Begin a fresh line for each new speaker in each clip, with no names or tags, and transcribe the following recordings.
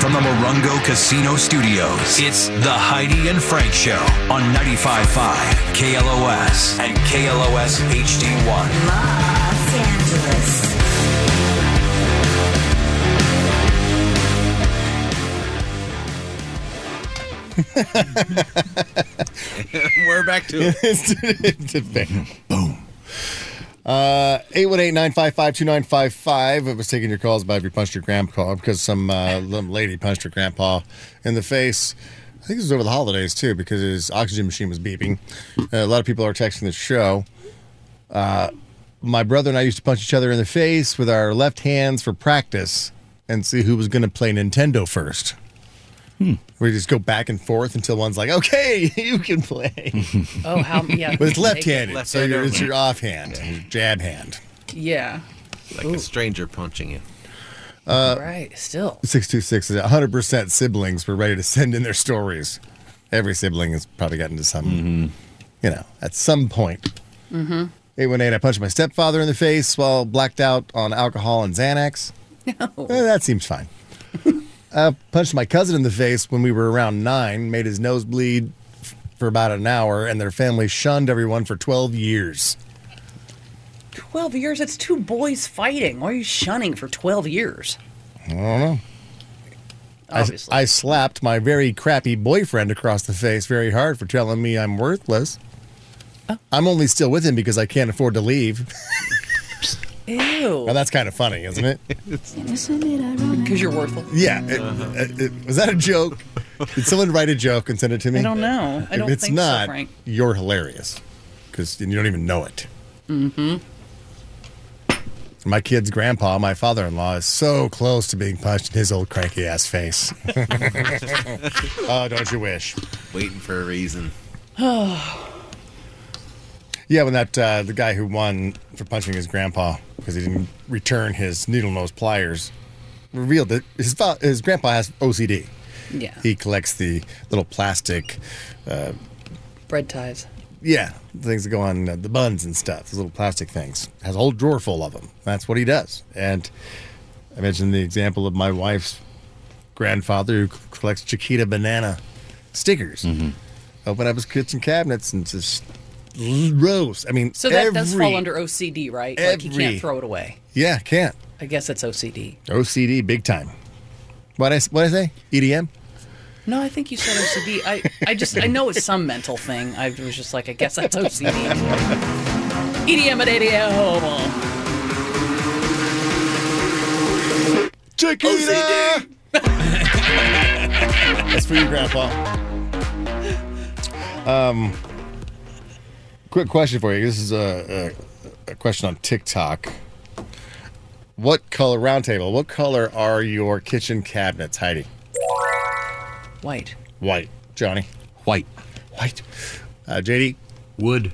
from the Morongo Casino Studios. It's the Heidi and Frank Show on 95.5 KLOS and KLOS HD1.
Los Angeles.
We're back to it.
Boom. Uh, 818-955-2955. It was taking your calls about if you punched your grandpa because some uh, some lady punched her grandpa in the face. I think this was over the holidays too because his oxygen machine was beeping. Uh, a lot of people are texting the show. Uh, my brother and I used to punch each other in the face with our left hands for practice and see who was going to play Nintendo first. We just go back and forth until one's like, "Okay, you can play."
Oh, how? Yeah.
But it's left-handed,
Left
so you're,
hand
it's
only.
your offhand, your jab hand.
Yeah.
Like a stranger punching you.
Uh,
right. Still.
Six two six is hundred percent siblings were ready to send in their stories. Every sibling has probably gotten to some, you know, at some point. Eight one eight. I punched my stepfather in the face while blacked out on alcohol and Xanax. Eh, that seems fine. I punched my cousin in the face when we were around nine. Made his nose bleed f- for about an hour, and their family shunned everyone for twelve years.
12 years? That's two boys fighting. Why are you shunning for 12 years? I don't know.
I-
Obviously.
I, slapped my very crappy boyfriend across the face very hard for telling me I'm worthless.
Oh.
I'm only still with him because I can't afford to leave.
Ew.
Now that's kind of funny, isn't it?
Because you're worthless.
yeah. it- it- it- was that a joke? Did someone write a joke and send it to me?
I don't know. I
If
don't
it's
think
not,
so, Frank.
you're hilarious because you don't even know it. Mm-hmm. My kid's grandpa, my father-in-law, is so close to being punched in his old cranky ass face. oh, don't you wish?
Waiting for a reason.
Yeah, when that uh, the guy who won for punching his grandpa because he didn't return his needle nose pliers revealed that his fa- his grandpa has OCD.
Yeah.
He collects the little plastic, uh,
Bread ties.
yeah, things that go on uh, the buns and stuff. Those little plastic things has a whole drawer full of them. That's what he does. And I mentioned the example of my wife's grandfather who c- collects Chiquita banana stickers. Open up his kitchen cabinets and just rows. I mean,
So that does fall
every-
under OCD, right? like you
every-
can't throw it away.
Yeah, can't.
I guess that's OCD.
OCD big time. What I what I say? E EDM.
No, I think you said OCD. I, I just, I know it's some mental thing. I was just like, I guess that's OCD. EDM E at 8 a.m.
Chiquita. That's for you, Grandpa. Um, quick question for you. This is a, a, a question on TikTok. What color roundtable? What color are your kitchen cabinets, Heidi?
White.
White. Johnny.
White.
White. Uh, JD.
Wood.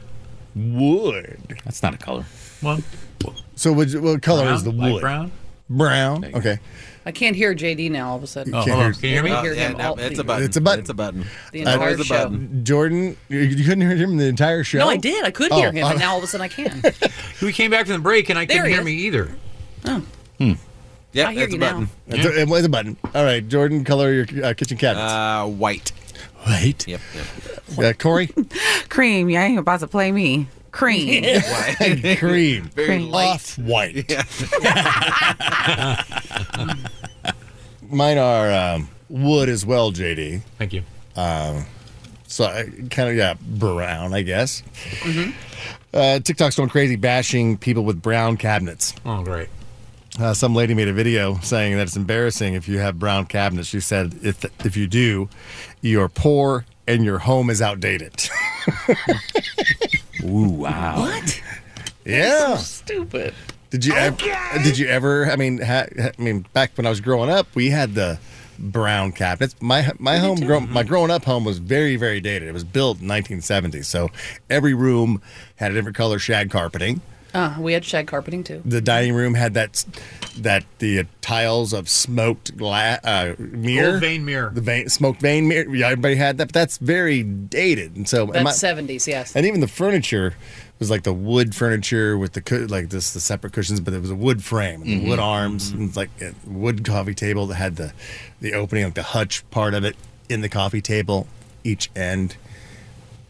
Wood.
That's not a color.
So, what, what color is the
Light
wood?
brown?
Brown. Okay.
I can't hear JD now. All of a sudden,
Oh,
Can't
hold on.
hear-
Can you hear me?
I
Oh,
hear
yeah,
him
no,
all
it's
the-
a button.
It's a button.
It's a button.
the entire
There's a
show.
button.
Jordan, you, you couldn't hear him the entire show.
No, I did. I could hear
Oh,
him,
uh,
and now all of a sudden I can.
We came back from the break and I
There
couldn't
he
hear
is. Oh.
me either.
Yeah,
I hear
it's a
you
button.
It's a- it was a button. All right, Jordan, color your uh, kitchen cabinets.
Uh, white.
White.
Yep. yep.
Uh, Corey,
Cream, you ain't about to play me. Cream.
White.
cream.
Very
Cream.
light.
Off white. Mine are um, wood as well, JD.
Thank you.
So I kind of yeah, brown, I guess.
Mm-hmm.
Uh, TikTok's going crazy bashing people with brown cabinets.
Oh, great.
Uh, some lady made a video saying that it's embarrassing if you have brown cabinets. She said, if, if you do, you're poor and your home is outdated.
Ooh, wow.
what?
yeah.
Stupid.
Did you ever? Did you ever? I mean, ha, ha- I mean, back when I was growing up, we had the brown cabinets. My my home, grow, my growing up home was very very dated. It was built in 1970, so every room had a different color shag carpeting.
Uh, we had shag carpeting too.
The dining room had that s- that the tiles of smoked glass uh, mirror,
Gold vein mirror.
the vein, smoked vein mirror. Yeah, everybody had that, but that's very dated, and so and
That's
my-
seventies. Yes.
and even the furniture was like the wood furniture with the cu- like this the separate cushions, but it was a wood frame and the
Mm-hmm.
wood arms and it's like a wood coffee table that had the the opening like the hutch part of it in the coffee table each end.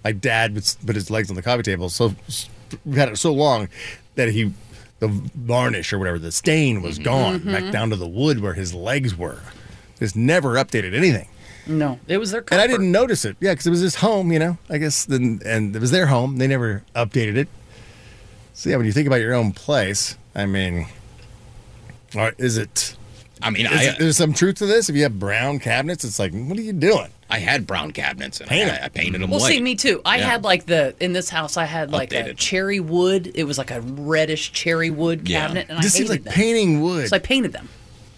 My dad would s- put his legs on the coffee table, so we had it so long that he the varnish or whatever the stain
Mm-hmm.
was gone back down to the wood where his legs were. Just never updated anything.
No, it was their. Comfort.
And I didn't notice it. Yeah, because it was his home, you know. I guess then, and it was their home. They never updated it. So yeah, when you think about your own place, I mean, or is it?
I mean,
Is
I
it- there's some truth to this. If you have brown cabinets, it's like, what are you doing?
I had brown cabinets and
Paint 'em.
I, I painted them
Well,
white.
see, me too. I
Yeah.
had like the in this house, I had like a
Updated.
cherry wood. It was like a reddish cherry wood
Yeah.
cabinet, and
This
I
seems
hated
like
them.
painting wood.
So I painted them.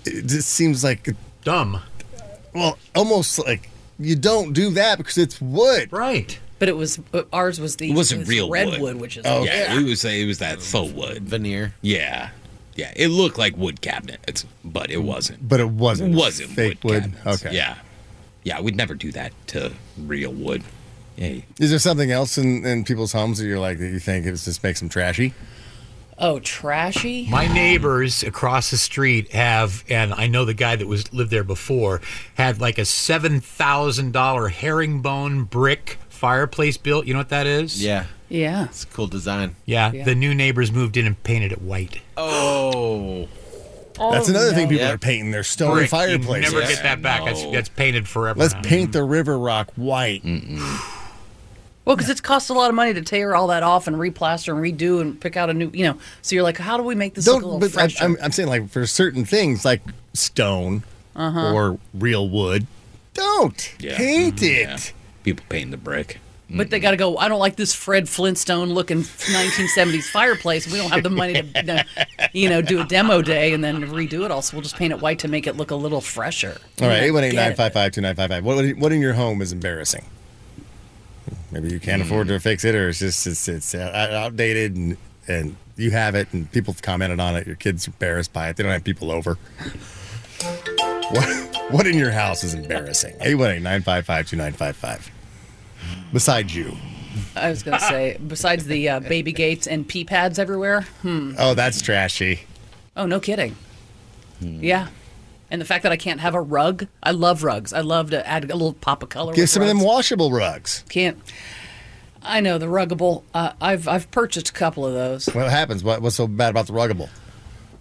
it just seems like,
Dumb.
well, almost like you don't do that because it's wood.
Right.
But it was but ours was the
It wasn't
this
real
red
wood.
wood. which is
Oh,
like,
yeah, it was it was that faux wood.
veneer.
Yeah, yeah, it looked like wood cabinet, it's, but it wasn't.
But it wasn't.
wasn't
fake
wood.
wood.
cabinets.
Okay.
Yeah, yeah, we'd never do that to real wood. Hey,
Is there something else in, in people's homes that you're like that you think it just makes them trashy?
oh trashy.
My neighbors across the street have, and I know the guy that was lived there before had like a seven thousand dollar herringbone brick fireplace built. You know what that is?
Yeah,
Yeah.
it's a cool design.
Yeah.
Yeah.
The new neighbors moved in and painted it white.
Oh,
That's another thing people
Yeah.
are painting their stone
Brick. You
fireplaces.
Never get that back. That's,
No.
that's painted forever.
Let's
now.
paint the river rock white.
Well, because it's cost a lot of money to tear all that off and replaster and redo and pick out a new. You know. So you're like, how do we make this look a
Don't.
little
But I,
fresher?
I'm, I'm saying like for certain things like stone
Uh-huh.
or real wood, don't
Yeah.
paint it.
yeah, people paint the brick.
But they got to go. I don't like this Fred Flintstone looking 1970s fireplace. We don't have the money to, you know, do a demo day and then redo it all. So we'll just paint it white to make it look a little fresher.
All right, eight one eight
Get
nine
it.
five five two nine five five. What what in your home is embarrassing? Maybe you
Hmm.
can't afford to fix it, or it's just it's it's uh, out- outdated and and you have it, and people have commented on it. Your kids are embarrassed by it. They don't have people over. What what in your house is embarrassing? Eight one eight nine five five two nine five five. Besides you.
I was going to say, besides the uh, baby gates and pee pads everywhere. Hmm.
Oh, that's trashy.
Oh, no kidding. Yeah. And the fact that I can't have a rug. I love rugs. I love to add a little pop of color.
Give
with
some of
rugs.
them washable rugs.
Can't. I know the ruggable. Uh, I've I've purchased a couple of those.
What happens? What, what's so bad about the ruggable?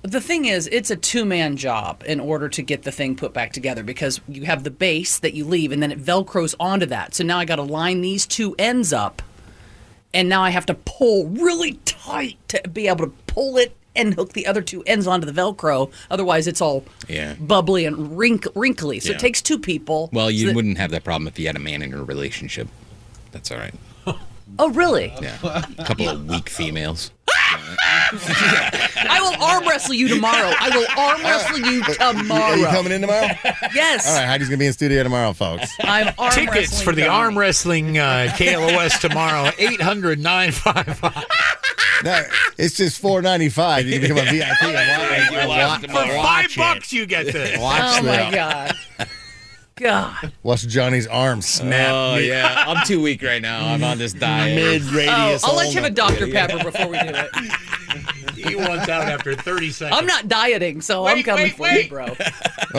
The thing is, it's a two man job in order to get the thing put back together because you have the base that you leave and then it velcros onto that. So now I got to line these two ends up and now I have to pull really tight to be able to pull it and hook the other two ends onto the velcro. Otherwise, it's all
Yeah.
bubbly and wrink- wrinkly. So
Yeah.
it takes two people.
Well, you
So that-
wouldn't have that problem if you had a man in your relationship. That's all right.
Oh, really?
Yeah, a couple of weak females.
I will arm wrestle you tomorrow. I will arm wrestle you
Are you
tomorrow.
coming in tomorrow?
Yes.
All right, Heidi's gonna be in studio tomorrow, folks.
I'm arm
Tickets
wrestling
for the
Johnny.
arm wrestling uh, KLOS tomorrow, 800 955.
No, it's just four ninety five. You can become a VIP. and wa- wa-
For five bucks, you get this.
Oh,
Watch
my
that.
God. God.
Watch Johnny's arm snap
Oh yeah, I'm too weak right now. I'm on this diet. Oh,
mid radius.
Oh, I'll let you have a Dr. Pepper before we do it.
He wants out after 30 seconds.
I'm not dieting, so I'm
Wait,
coming
wait,
for
wait.
you, bro.
All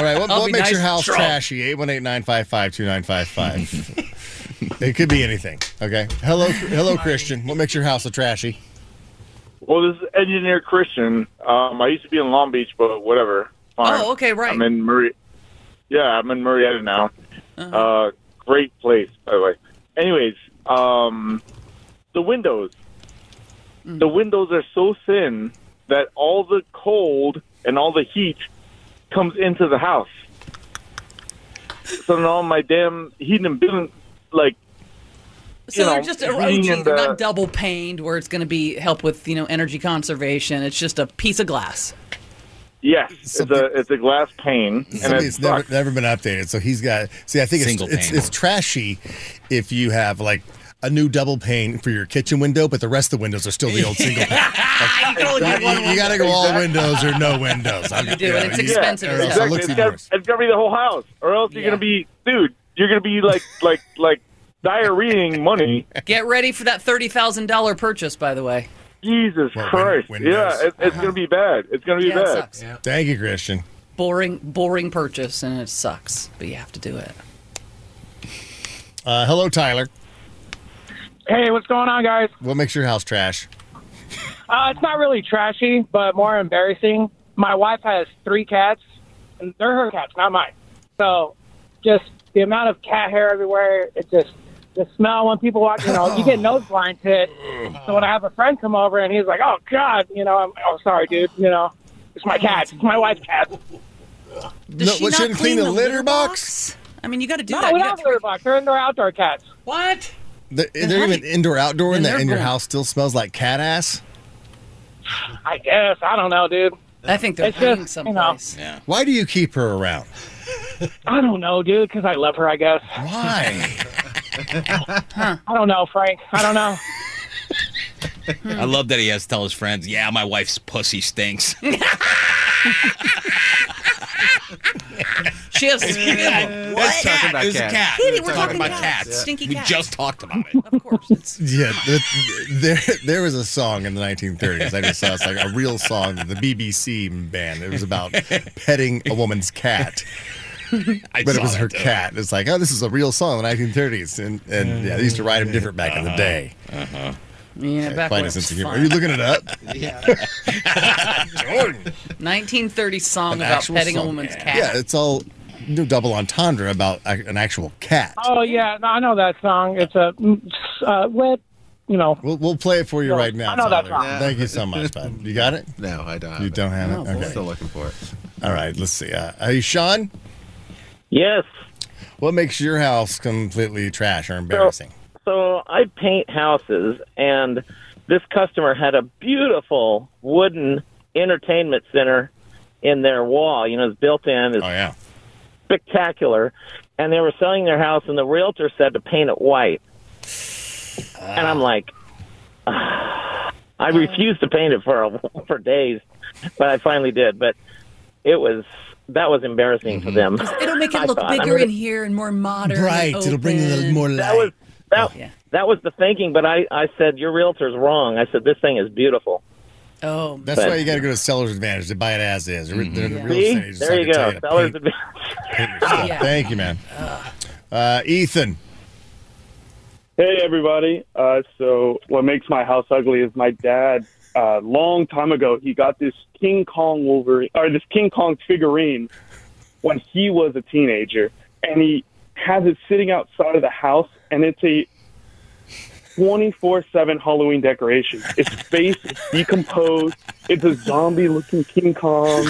right, what,
I'll
what
be
makes your
nice
house
strong.
trashy? Eight one eight nine five five two nine five five. It could be anything. Okay. Hello, hello, Christian. What makes your house so trashy?
Well, this is engineer Christian. Um, I used to be in Long Beach, but whatever. Fine.
Oh, okay, right.
I'm in Murray. Yeah, I'm in Marietta now.
Uh-huh.
Uh, great place, by the way. Anyways, um, the windows.
Mm.
The windows are so thin that all the cold and all the heat comes into the house. So now my damn heating and building, like
So
You
they're
know,
just
being
OG.
in
They're not
the-
double paned where it's going to be help with you know energy conservation. It's just a piece of glass.
yes, it's
Something-
a it's a glass pane, and it
Somebody's never
sucks.
never been updated, so he's got. See, I think it's
Single
it's,
pane.
it's trashy if you have like a new double pane for your kitchen window, but the rest of the windows are still the old single pane. Like, you, you got to go all windows or no windows. I'm- You
do, and it's
you-
expensive
or
as
else
hell.
it looks
It's
even
gotta-
worse.
It's got to be the whole house, or else you're
Yeah.
gonna be, dude. You're gonna be like, like, like diarrheaing money.
Get ready for that thirty thousand dollar purchase, by the way.
Jesus
Well, win-
Christ!
windows.
yeah, it, it's gonna be bad. It's gonna be
Yeah, it
bad.
sucks.
Thank you, Christian.
Boring, boring purchase, and it sucks, but you have to do it.
Uh, hello, Tyler.
Hey, what's going on, guys?
What makes your house trash?
Uh, it's not really trashy, but more embarrassing. My wife has three cats, and they're her cats, not mine. So, just the amount of cat hair everywhere. It just the smell when people walk. You know, you get nose blind to it. So when I have a friend come over and he's like, "Oh God," you know, I'm oh sorry, dude. You know, it's my cat. It's my wife's cat.
Does
No,
she
well,
not
shouldn't
clean, the litter,
box?
box? I mean, you got to do
No,
that.
we
You
don't have
got
litter box. They're indoor outdoor cats.
What?
The, they're
how do
even
you-
indoor outdoor,
Then
and, the,
they're
and your
going-
house still smells like cat ass.
I guess I don't know, dude.
I think they're
It's just,
hiding
you know.
someplace.
Yeah.
Why do you keep her around?
I don't know, dude, because I love her. I guess
Why?
I don't know, Frank. I don't know.
I love that he has to tell his friends, yeah, my wife's pussy stinks.
She has skin.
That's talking about
It was a
cats.
cat.
Kitty,
We're
we're
talking
talking
about
cats.
cats.
Stinky
we
cats.
just talked about it.
of course. It's,
yeah, the, there there was a song in the 1930s. I just saw it's like a real song that the BBC band. It was about petting a woman's cat,
I
but it
saw
was
that,
her
too.
cat. It's like, oh, this is a real song in the 1930s, and and yeah, they used to write them different back in
Uh-huh.
the day.
yeah, back when
Find
it
a
was
sense of humor.
fun.
Are you looking it up?
1930 song
An
about
actual
petting a
song.
woman's cat.
Yeah, it's all no double entendre about a- an actual cat.
Oh yeah, no, I know that song. It's a mm, uh, wet, you know.
We'll, we'll play it for you
No,
right now.
I know that
Tyler.
song.
Thank you so much, bud. You got it?
No, I don't. have
You
it.
don't have it?
Oh, boy.
okay.
I'm still looking for it.
All right, let's see. Uh, hey, Sean,
Yes.
what makes your house completely trash or embarrassing?
So I paint houses, and this customer had a beautiful wooden entertainment center in their wall. You know, it's built in. It's
Oh, yeah.
spectacular, and they were selling their house, and the realtor said to paint it white. and
Ah.
I'm like, "Ah." I refused to paint it for a- for days, but I finally did. But it was that was embarrassing for
Mm-hmm.
them.
It'll make
I
it look
thought, I
bigger
mean,
in here and more modern.
Right.
and
It'll bring in a little
open.
more
That was oh,
light.
that,
Yeah.
that was the thinking, but I I said your realtor's wrong. I said this thing is beautiful.
Oh, man.
That's why you got to go to seller's advantage to buy it as is.
Mm-hmm.
Re- the- the
Yeah.
real
See,
estate agents
there
like
you
to tell
go.
to
Sellers
paint-
advantage.
paint your stuff.
Yeah.
Thank you, man. Uh, Ethan,
Hey, everybody. Uh, so, what makes my house ugly is my dad. Uh, long time ago, he got this King Kong Wolverine or this King Kong figurine when he was a teenager, and he has it sitting outside of the house, and it's a twenty-four-seven Halloween decoration. Its face is decomposed. It's a zombie-looking King Kong.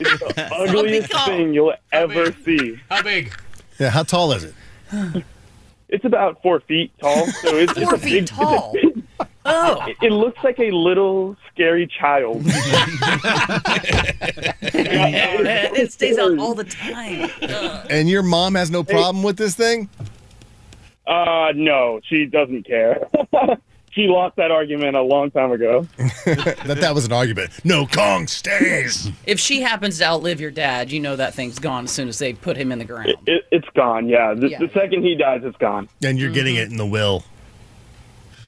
It's the ugliest
Kong.
thing you'll ever
mean-
see.
How big?
yeah, how tall is it?
It's about four feet tall, so it's,
four
it's a
feet
big, it's a
tall. Oh,
It looks like a little scary child.
it stays out all the time.
And your mom has no problem with this thing?
Uh, no, she doesn't care. she lost that argument a long time ago.
That that was an argument. No, Kong stays.
If she happens to outlive your dad, you know that thing's gone as soon as they put him in the ground.
It, it's gone. Yeah. The,
Yeah.
the second he dies, it's gone. Uh,
And you're getting it in the will.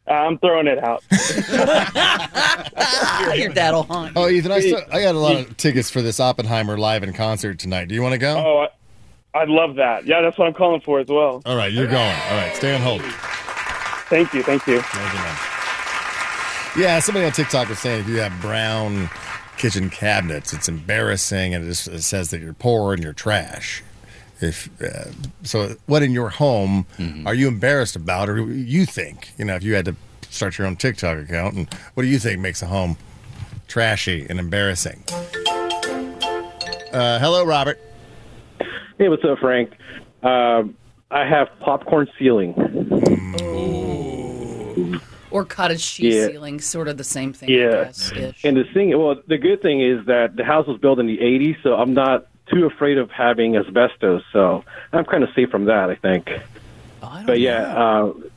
I'm throwing it out.
Ah, your dad'll haunt you.
Oh, Ethan, I, still, I got a lot of tickets for this Oppenheimer live in concert tonight. Do you want to go?
Oh, I, I love that. Yeah, that's what I'm calling for as well.
All right, you're going. All right, stay on hold.
Thank you. Thank you.
Thank you, man. Yeah, somebody on TikTok was saying if you have brown kitchen cabinets, it's embarrassing, and it just it says that you're poor and you're trash. If uh, so, what in your home are you embarrassed about, or you think you know if you had to start your own TikTok account, and what do you think makes a home trashy and embarrassing? Uh, hello, Robert.
Hey, what's up, Frank? Um, I have popcorn ceiling.
Or cottage cheese
Yeah.
ceiling, sort of the same thing. I
Yeah.
guess, ish.
And the thing, well, the good thing is that the house was built in the 80s, so I'm not too afraid of having asbestos. So I'm kind of safe from that, I think.
Oh, I don't
But yeah,
know.
uh,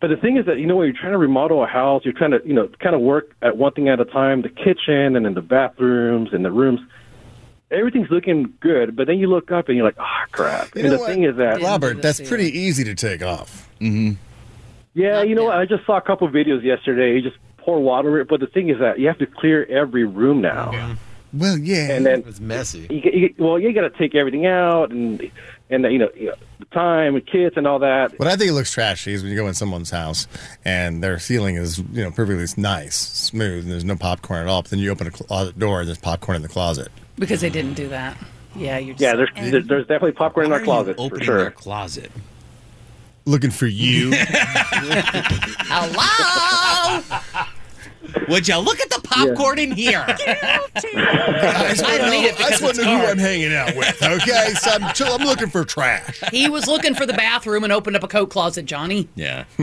but the thing is that you know when you're trying to remodel a house, you're trying to you know kind of work at one thing at a time, the kitchen and then the bathrooms and the rooms.
everything's looking good, but then you look up and you're like, ah, crap.
You
and
know
the
what?
thing is that
Robert, that's pretty easy to take off. Mm-hmm.
Yeah, you know what? I just saw a couple videos yesterday. You just pour water over it, but the thing is that you have to clear every room now.
Well, yeah.
And then
it's messy.
You, get- you, get- well, you got to take everything out and and you know, you know the time and kids and all that.
What I think it looks trashy is when you go in someone's house and their ceiling is, you know, perfectly nice, smooth, and there's no popcorn at all. But then you open a closet door and there's popcorn in the closet.
because they didn't do that. Yeah, you're just
Yeah, there's there's, there's definitely popcorn in
Why
our
are you
closet for
opening
sure.
their closet.
Looking for you.
Hello. Would you look at the popcorn in here?
I just
I don't need it because
want
it's
to know who
hard.
I'm hanging out with. Okay, so I'm, chill, I'm looking for trash.
He was looking for the bathroom and opened up a coat closet, Johnny.
Yeah.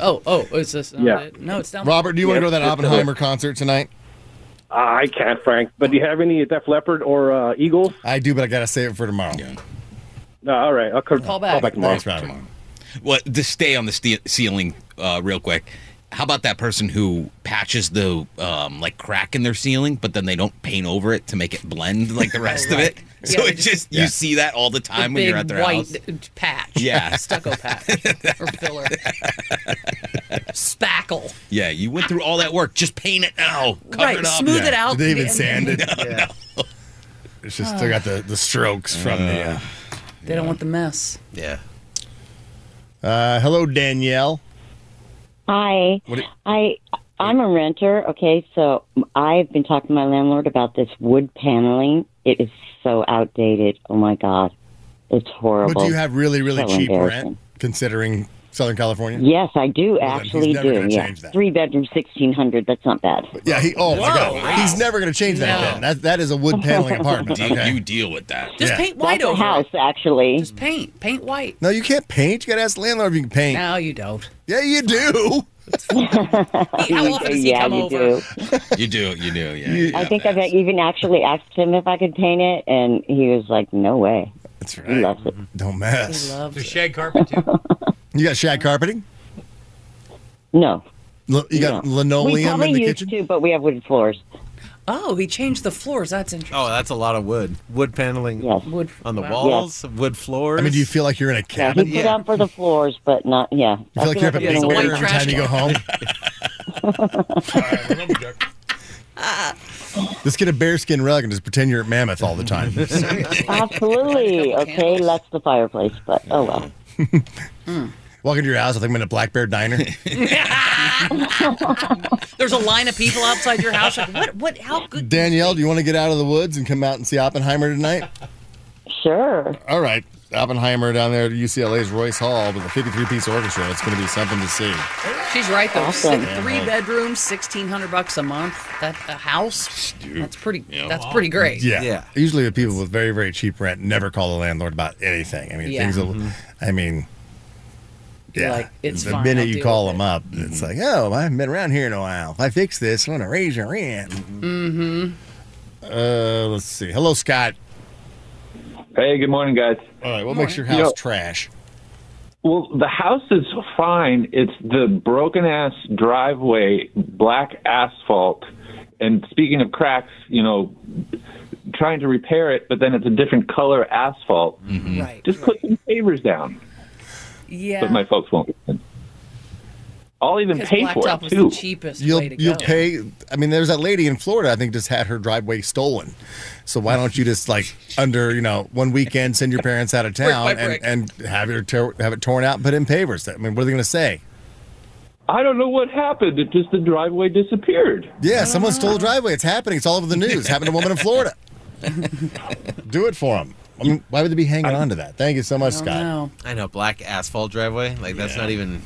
Oh, oh, is this? not
Yeah.
it? No, it's not.
Robert, do you want to go to that
Yes, it's-
Oppenheimer concert tonight?
I can't, Frank. But do you have any Def Leppard or uh, Eagles?
I do, but I gotta save it for tomorrow.
No, all right. I'll call,
Call
Call
back.
back tomorrow.
Thanks, Robert.
Well, to stay on the ste- ceiling uh, real quick, how about that person who patches the um, like crack in their ceiling, but then they don't paint over it to make it blend like the rest of it?
Yeah,
So
they
it
just-
just
Yeah.
you see that all the
The
time when
big
you're at their
white uh,
house.
patch.
Yeah.
stucco patch or filler, spackle.
Yeah, you went through all that work. Just paint it now. Cover
Right,
it up.
smooth it out.
Did they even
and-
sand it? It's just still got the, the strokes from the. Uh,
They don't want the mess.
Yeah.
uh, hello, Danielle.
Hi.
What do-
I I'm a renter. Okay, so I've been talking to my landlord about this wood paneling. It is so outdated. Oh my god, it's
Uh,
horrible.
But do you have really, really
So
cheap rent
embarrassing.
considering Southern California?
Yes, I do
then he's
actually
never
do.
gonna
Yeah,
change that.
three bedroom, sixteen hundred. That's not bad.
Yeah, he. Oh my
Whoa,
God,
wow.
he's never going to change that.
No.
Then. That that is a wood paneling apartment.
Deal-
Okay.
You deal with that.
Just
Yeah.
paint white
That's a
over
house
it.
actually.
Just paint, paint white.
No, you can't paint. You got to ask the landlord if you can paint.
No, you don't.
Yeah, you do.
Hey, How often does he
yeah,
come
you
over?
do.
You do. You do. Yeah.
I think I've even actually asked him if I could paint it, and he was like, "No way."
That's
He
right.
loves it.
Don't
He
mess.
loves
The
it.
shag carpet too.
You got shag carpeting.
No,
L- You got
no. we
linoleum
probably
in the
used
kitchen.
to, but we have wooden floors.
Oh, he changed the floors. That's interesting.
Oh, that's a lot of wood. Wood paneling
Yes.
Wood
on the
wow.
walls, wood floors.
I mean, do you feel like you're in a
Yeah, he put
cabin? You
yeah.
on for the floors, but not yeah. I
feel like you're up
I'm in
at Big
a
white
Bear
weird-
every
trash
time you go home. Just get a bearskin rug and just pretend you're at Mammoth all the time.
Absolutely.
Couple
Okay,
candles.
that's the fireplace, but oh well.
Mm.
Walk into your house, I think I'm in a Black Bear diner.
There's a line of people outside your house. Like, what? What? How good?
Danielle, do you want to get out of the woods and come out and see Oppenheimer tonight?
Sure.
All right. Oppenheimer down there at UCLA's Royce Hall with a 53 piece orchestra. It's going to be something to see.
She's right though.
Awesome.
Six- three bedrooms, sixteen hundred bucks a month. That a house. That's pretty.
Yeah.
That's pretty great.
Yeah.
Yeah.
Usually, with people with very, very cheap rent, never call the landlord about anything. I mean,
Yeah. Mm-hmm.
things will, I mean, yeah.
Like, it's
the
fine,
minute
I'll
you
deal
call
with
them
it. Mm-hmm.
up, it's like, oh, I haven't been around here in a while. If I fix this, I'm going to raise your rent. Mm-hmm. Uh, let's see. Hello, Scott.
Hey, good morning, guys.
All right. What makes your house
You know-
trash?
Well, the house is fine. It's the broken ass driveway, black asphalt. And speaking of cracks, you know, trying to repair it, but then it's a different color asphalt.
Mm-hmm.
Right.
Just put some pavers down,
Yeah.
but my folks won't. listen. I'll even
because
pay for
blacktop
it
was
too.
the cheapest
You'll
way to
you'll
go.
pay. I mean, there's that lady in Florida. I think just had her driveway stolen. So why don't you just like under you know one weekend send your parents out of town
by brick.
and and have it tear, have it torn out, and put in pavers. I mean, what are they going to say?
I don't know what happened. It just the driveway disappeared.
Yeah, someone stole a driveway. It's happening. It's all over the news. happened to a woman in Florida. Do it for them. I mean, why would they be hanging on to that? Thank you so much,
I don't
Scott.
know.
I know black asphalt driveway. Like that's not even.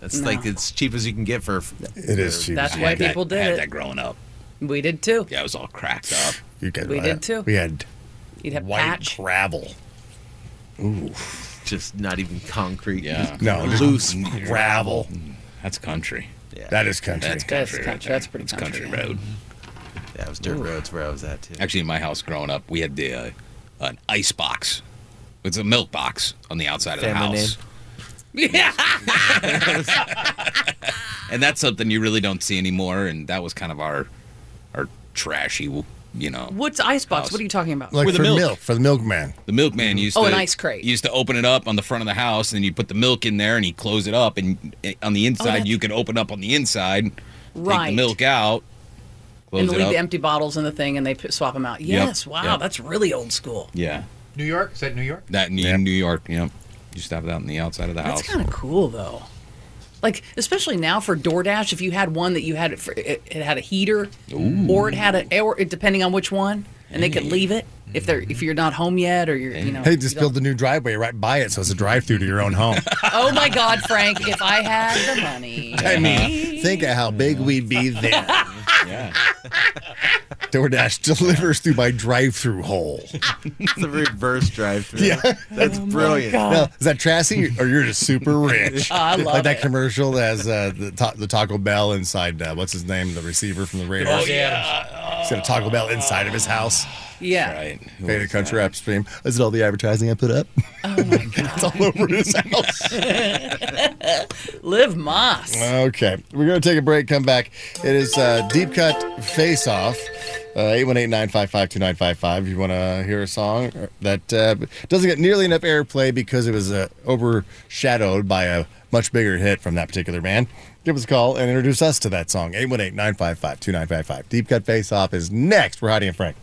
That's
No.
like as cheap as you can get for.
It is cheap.
That's
as
why
you, get.
people
I had
did
that
it.
growing up.
We did too.
Yeah, it was all cracked up.
You get-
we did too.
We had
You'd have
white
patch.
gravel.
Just not even concrete.
Yeah.
No, just
Loose
gravel.
That's country.
That is country.
That's
That's
country.
country- that's pretty
It's country,
country, yeah.
road.
That was dirt roads where I was at too.
Actually, in my house growing up, we had the uh, an ice box. It's a milk box on the outside of the
Family
house.
name.
Yeah.
And that's something you really don't see anymore. And that was kind of our our trashy w- you know.
What's icebox? What are you talking about?
Like for milk. for the milkman.
The milkman
Mm-hmm.
used
Oh,
to
an ice crate.
Used to open it up on the front of the house, and then you put the milk in there, and you close it up, and eh, on the inside
Oh, that's-
you could open up on the inside, take
Right.
the milk out, close
and
it
leave
up.
the empty bottles in the thing, and they p- swap them out.
Yep,
Yes, wow,
yep.
that's really old school.
yeah,
New York? Is that New York?
that in New York. You know, you just have that on the outside of the
That's
house.
kind of cool though. Like especially now for DoorDash, if you had one that you had it, for, it, it had a heater,
Ooh.
or it had a, or it, depending on which one, and they could leave it if they're if you're not home yet or you're you know.
hey,
you
just
don't-
build the new driveway right by it, so it's a drive-through to your own home.
Oh my God, Frank! If I had the money,
I mean, think of how big we'd be then.
yeah.
DoorDash delivers through my drive-through hole.
it's a reverse drive-through.
Yeah,
that's
Oh
brilliant.
Now, is that Tracy, or you're just super rich?
I love
like that
it.
commercial that has uh, the, ta- the Taco Bell inside. Uh, what's his name? The receiver from the Raiders.
Oh, yeah. Oh.
He's got a Taco Bell inside of his house.
yeah.
Right.
Hey, the country rap stream. Is it all the advertising I put up? it's all over his house.
Live Moss.
Okay, we're going to take a break, come back. It is uh, Deep Cut Face Off, uh, 818 955 2955. If you want to hear a song that uh, doesn't get nearly enough airplay because it was uh, overshadowed by a much bigger hit from that particular band, give us a call and introduce us to that song, 818 955 2955. Deep Cut Face Off is next. We're Heidi and Frank.